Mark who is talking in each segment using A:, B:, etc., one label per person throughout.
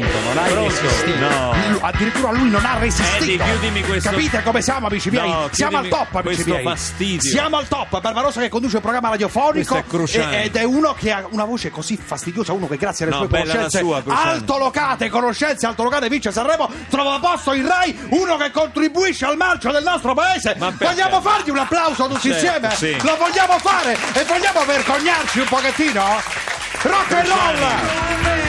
A: non ha
B: Pronto?
A: resistito.
B: No. Eh,
A: Lui- addirittura lui non ha resistito.
B: Eddie, chiudimi questo-
A: Capite come siamo, amici miei?
B: No,
A: siamo al
B: chiudimi
A: top, amici
B: questo
A: miei.
B: fastidio.
A: Siamo al top. Barbarossa che conduce un programma
B: Questo
A: radiofonico
B: è Cruciani.
A: e- ed è uno che ha una voce così fastidiosa, uno che grazie alle
B: No,
A: sue
B: bella la
A: conoscenze
B: sua, Cruciani.
A: altolocate, conoscenze altolocate vince Sanremo, trova posto in Rai, uno che contribuisce al marcio del nostro paese.
B: Ma perché?
A: vogliamo fargli un applauso tutti
B: Certo,
A: insieme?
B: sì.
A: Lo vogliamo fare e vogliamo vergognarci un pochettino? Rock and roll!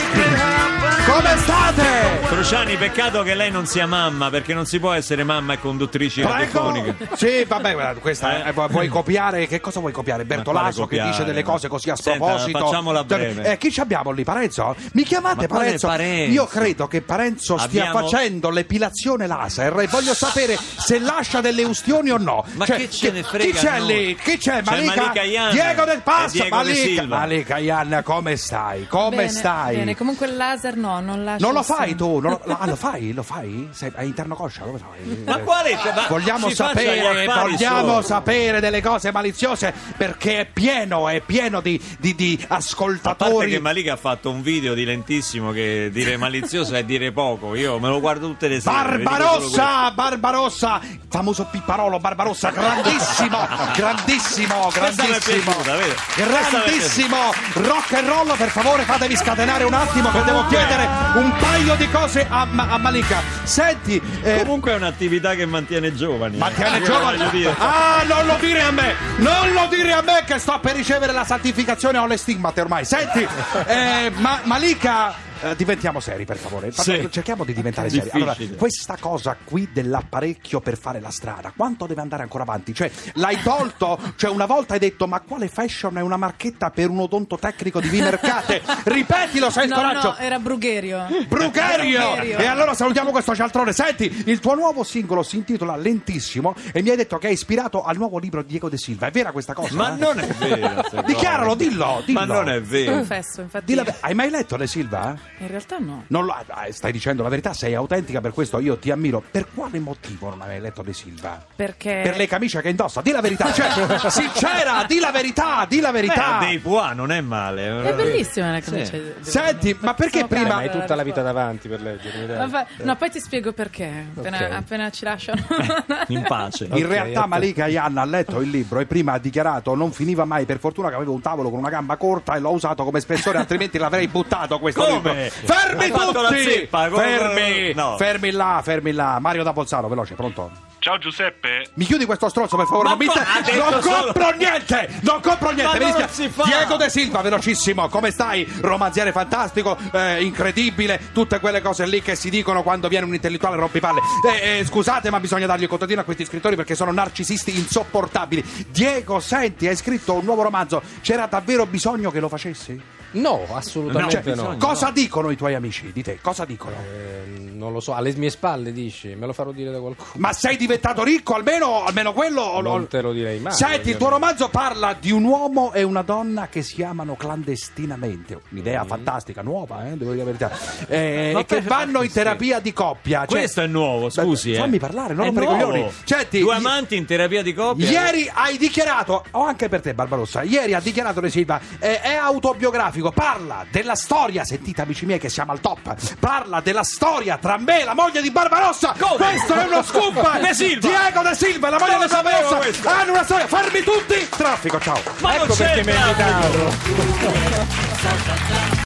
A: Come state?
B: Cruciani, peccato che lei non sia mamma, perché non si può essere mamma e conduttrice
A: Prego.
B: radiofonica.
A: Sì, vabbè, guarda, questa eh, vu- vuoi copiare? Che cosa vuoi copiare?
B: quale
A: Bertolaso che
B: copiare?
A: dice delle cose così a
B: Senta,
A: sproposito.
B: facciamola breve.
A: Eh, chi ci abbiamo lì? Parenzo? Mi
B: Ma
A: chiamate
B: quale
A: Parenzo?
B: Parenzo?
A: Io credo che Parenzo stia
B: Abbiamo-
A: facendo l'epilazione laser e voglio sapere se lascia delle ustioni o no. Cioè,
B: Ma che ce ne frega
A: Chi c'è
B: a noi?
A: lì? Chi c'è?
B: C'è
A: Malika?
B: Malika Ian.
A: Diego del Passo,
B: E Diego De
A: Malika.
B: Silva.
A: Malika Ian, come stai? Come
C: Bene,
A: stai?
C: Bene, comunque il laser no, non lascio.
A: Non lo
C: il
A: fai
C: segno.
A: tu? Non lo, ah, lo fai? Lo fai? Sei a interno coscia? Come fai?
B: Ma
A: Eh.
B: quale? ma
A: Vogliamo
B: si faccia gli
A: sapere,
B: affari
A: vogliamo
B: suoi.
A: sapere delle cose maliziose perché è pieno, è pieno di, di- di
B: A parte che eh,
A: ascoltatori.
B: Malika ha fatto un video di lentissimo che dire malizioso è dire poco. Io me lo guardo tutte le sere. vi dico solo
A: Barbarossa, Barbarossa, famoso pipparolo Barbarossa, grandissimo, grandissimo,
B: Questa mi è
A: grandissimo,
B: piaciuta, vedi? Questa mi è
A: grandissimo rock and roll. Per favore, fatevi scatenare un attimo che
B: Eh.
A: devo chiedere un paio di cose a, Ma- a Malika. Senti,
B: questo.
A: eh,
B: Comunque è un'attività che mantiene giovani. eh.
A: Mattiane
B: Io
A: Giovani.
B: voglio dire.
A: Ah, non lo dire a me! Non lo dire a me che sto per ricevere la santificazione, ho le stigmate ormai. Senti, eh, ma, Malika. eh, diventiamo seri, per favore. Parla-
B: Sì.
A: Cerchiamo di diventare seri.
B: Difficile.
A: Allora, questa cosa qui dell'apparecchio per fare la strada, quanto deve andare ancora avanti? Cioè, l'hai tolto? Cioè, una volta hai detto, ma quale fashion è una marchetta per un odontotecnico di Vimercate? Ripetilo, se hai il
C: No,
A: Cioè, coraggio.
C: no, era Brugherio.
A: Brugherio!
C: Brugherio.
A: E allora salutiamo questo cialtrone. Senti, il tuo nuovo singolo si intitola Lentissimo e mi hai detto che è ispirato al nuovo libro di Diego De Silva. È vera questa cosa? Eh,
B: Ma non è vero. sta
A: Dichiaralo, dillo, dillo.
B: Ma non è vero.
C: Confesso, infatti.
A: Di la ver- Hai mai letto De Silva?
C: In realtà no.
A: Non lo- ah, stai dicendo la verità, sei autentica, per questo io ti ammiro. Per quale motivo non hai mai letto De Silva?
C: Perché
A: Per le camicie che indossa, di la verità, cioè, sincera, di la verità, di la verità.
B: Beh, dei pois non è male.
C: è bellissima la camicia.
B: Sì.
C: di-
A: Senti, ma perché
C: Sono
A: prima-
C: cara,
D: Ma hai tutta la vita cioè, eh.
C: guarda.
D: davanti per leggere. mi dai.
C: Ma fa- No, poi ti spiego perché. Appena,
D: Ok.
C: appena ci lasciano.
B: In pace.
A: In
D: Ok,
A: realtà
D: ok.
A: Malika Ianna ha letto il libro e prima ha dichiarato non finiva mai, per fortuna che avevo un tavolo con una gamba corta e l'ho usato come spessore, altrimenti l'avrei buttato questo
B: Come?
A: libro. Fermi
B: Ha fatto la
A: tutti!
B: zeppa, come-
A: Fermi!
B: no.
A: Fermi là, fermi là. Mario da Bolzano, veloce, pronto?
E: Ciao Giuseppe.
A: Mi chiudi questo stronzo per favore,
B: Ma
A: non mi
B: co- ha detto
A: Non
B: solo-
A: compro niente! Non compro niente!
B: Ma
A: mi
B: non
A: dispiace.
B: si fa!
A: Diego De Silva, velocissimo, come stai? Romanziere fantastico, eh, incredibile, tutte quelle cose lì che si dicono quando viene un intellettuale rompipalle. Eh, eh, scusate, ma bisogna dargli il contadino a questi scrittori perché sono narcisisti insopportabili. Diego, senti, hai scritto un nuovo romanzo. C'era davvero bisogno che lo facessi?
D: No,
A: Cioè,
D: assolutamente no.
A: cosa dicono i tuoi amici di te? Cosa dicono?
D: Eh, non lo so, alle mie spalle dici, me lo farò dire da qualcuno.
A: Ma sei diventato ricco almeno, almeno quello? o-
D: Non te lo direi mai,
A: Senti, il tuo
D: ovviamente.
A: romanzo parla di un uomo e una donna che si amano clandestinamente. Un'idea fantastica, nuova, eh, devo dire la verità. Eh,
B: Mm. Ma
A: e che
B: per-
A: vanno in
B: sì.
A: terapia di coppia. cioè-
B: Questo è nuovo,
A: Beh,
B: scusi. eh.
A: Fammi parlare, non
B: È
A: rompere i
B: nuovo.
A: coglioni. Senti,
B: Due
A: i-
B: amanti in terapia di coppia.
A: Ieri hai dichiarato, o anche per te Barbarossa, ieri ha dichiarato De Silva, eh, è autobiografico, parla della storia, sentite amici miei che siamo al top, parla della storia tra me e la moglie di Barbarossa,
B: Come?
A: questo è uno scoop,
B: De Silva!
A: Diego De Silva e la moglie
B: Non
A: di
B: lo sapevo questo.
A: Barbarossa hanno una storia, fermi tutti, traffico, ciao.
B: Ma
D: ecco
B: non
D: perché
B: c'entra!
D: meritavo.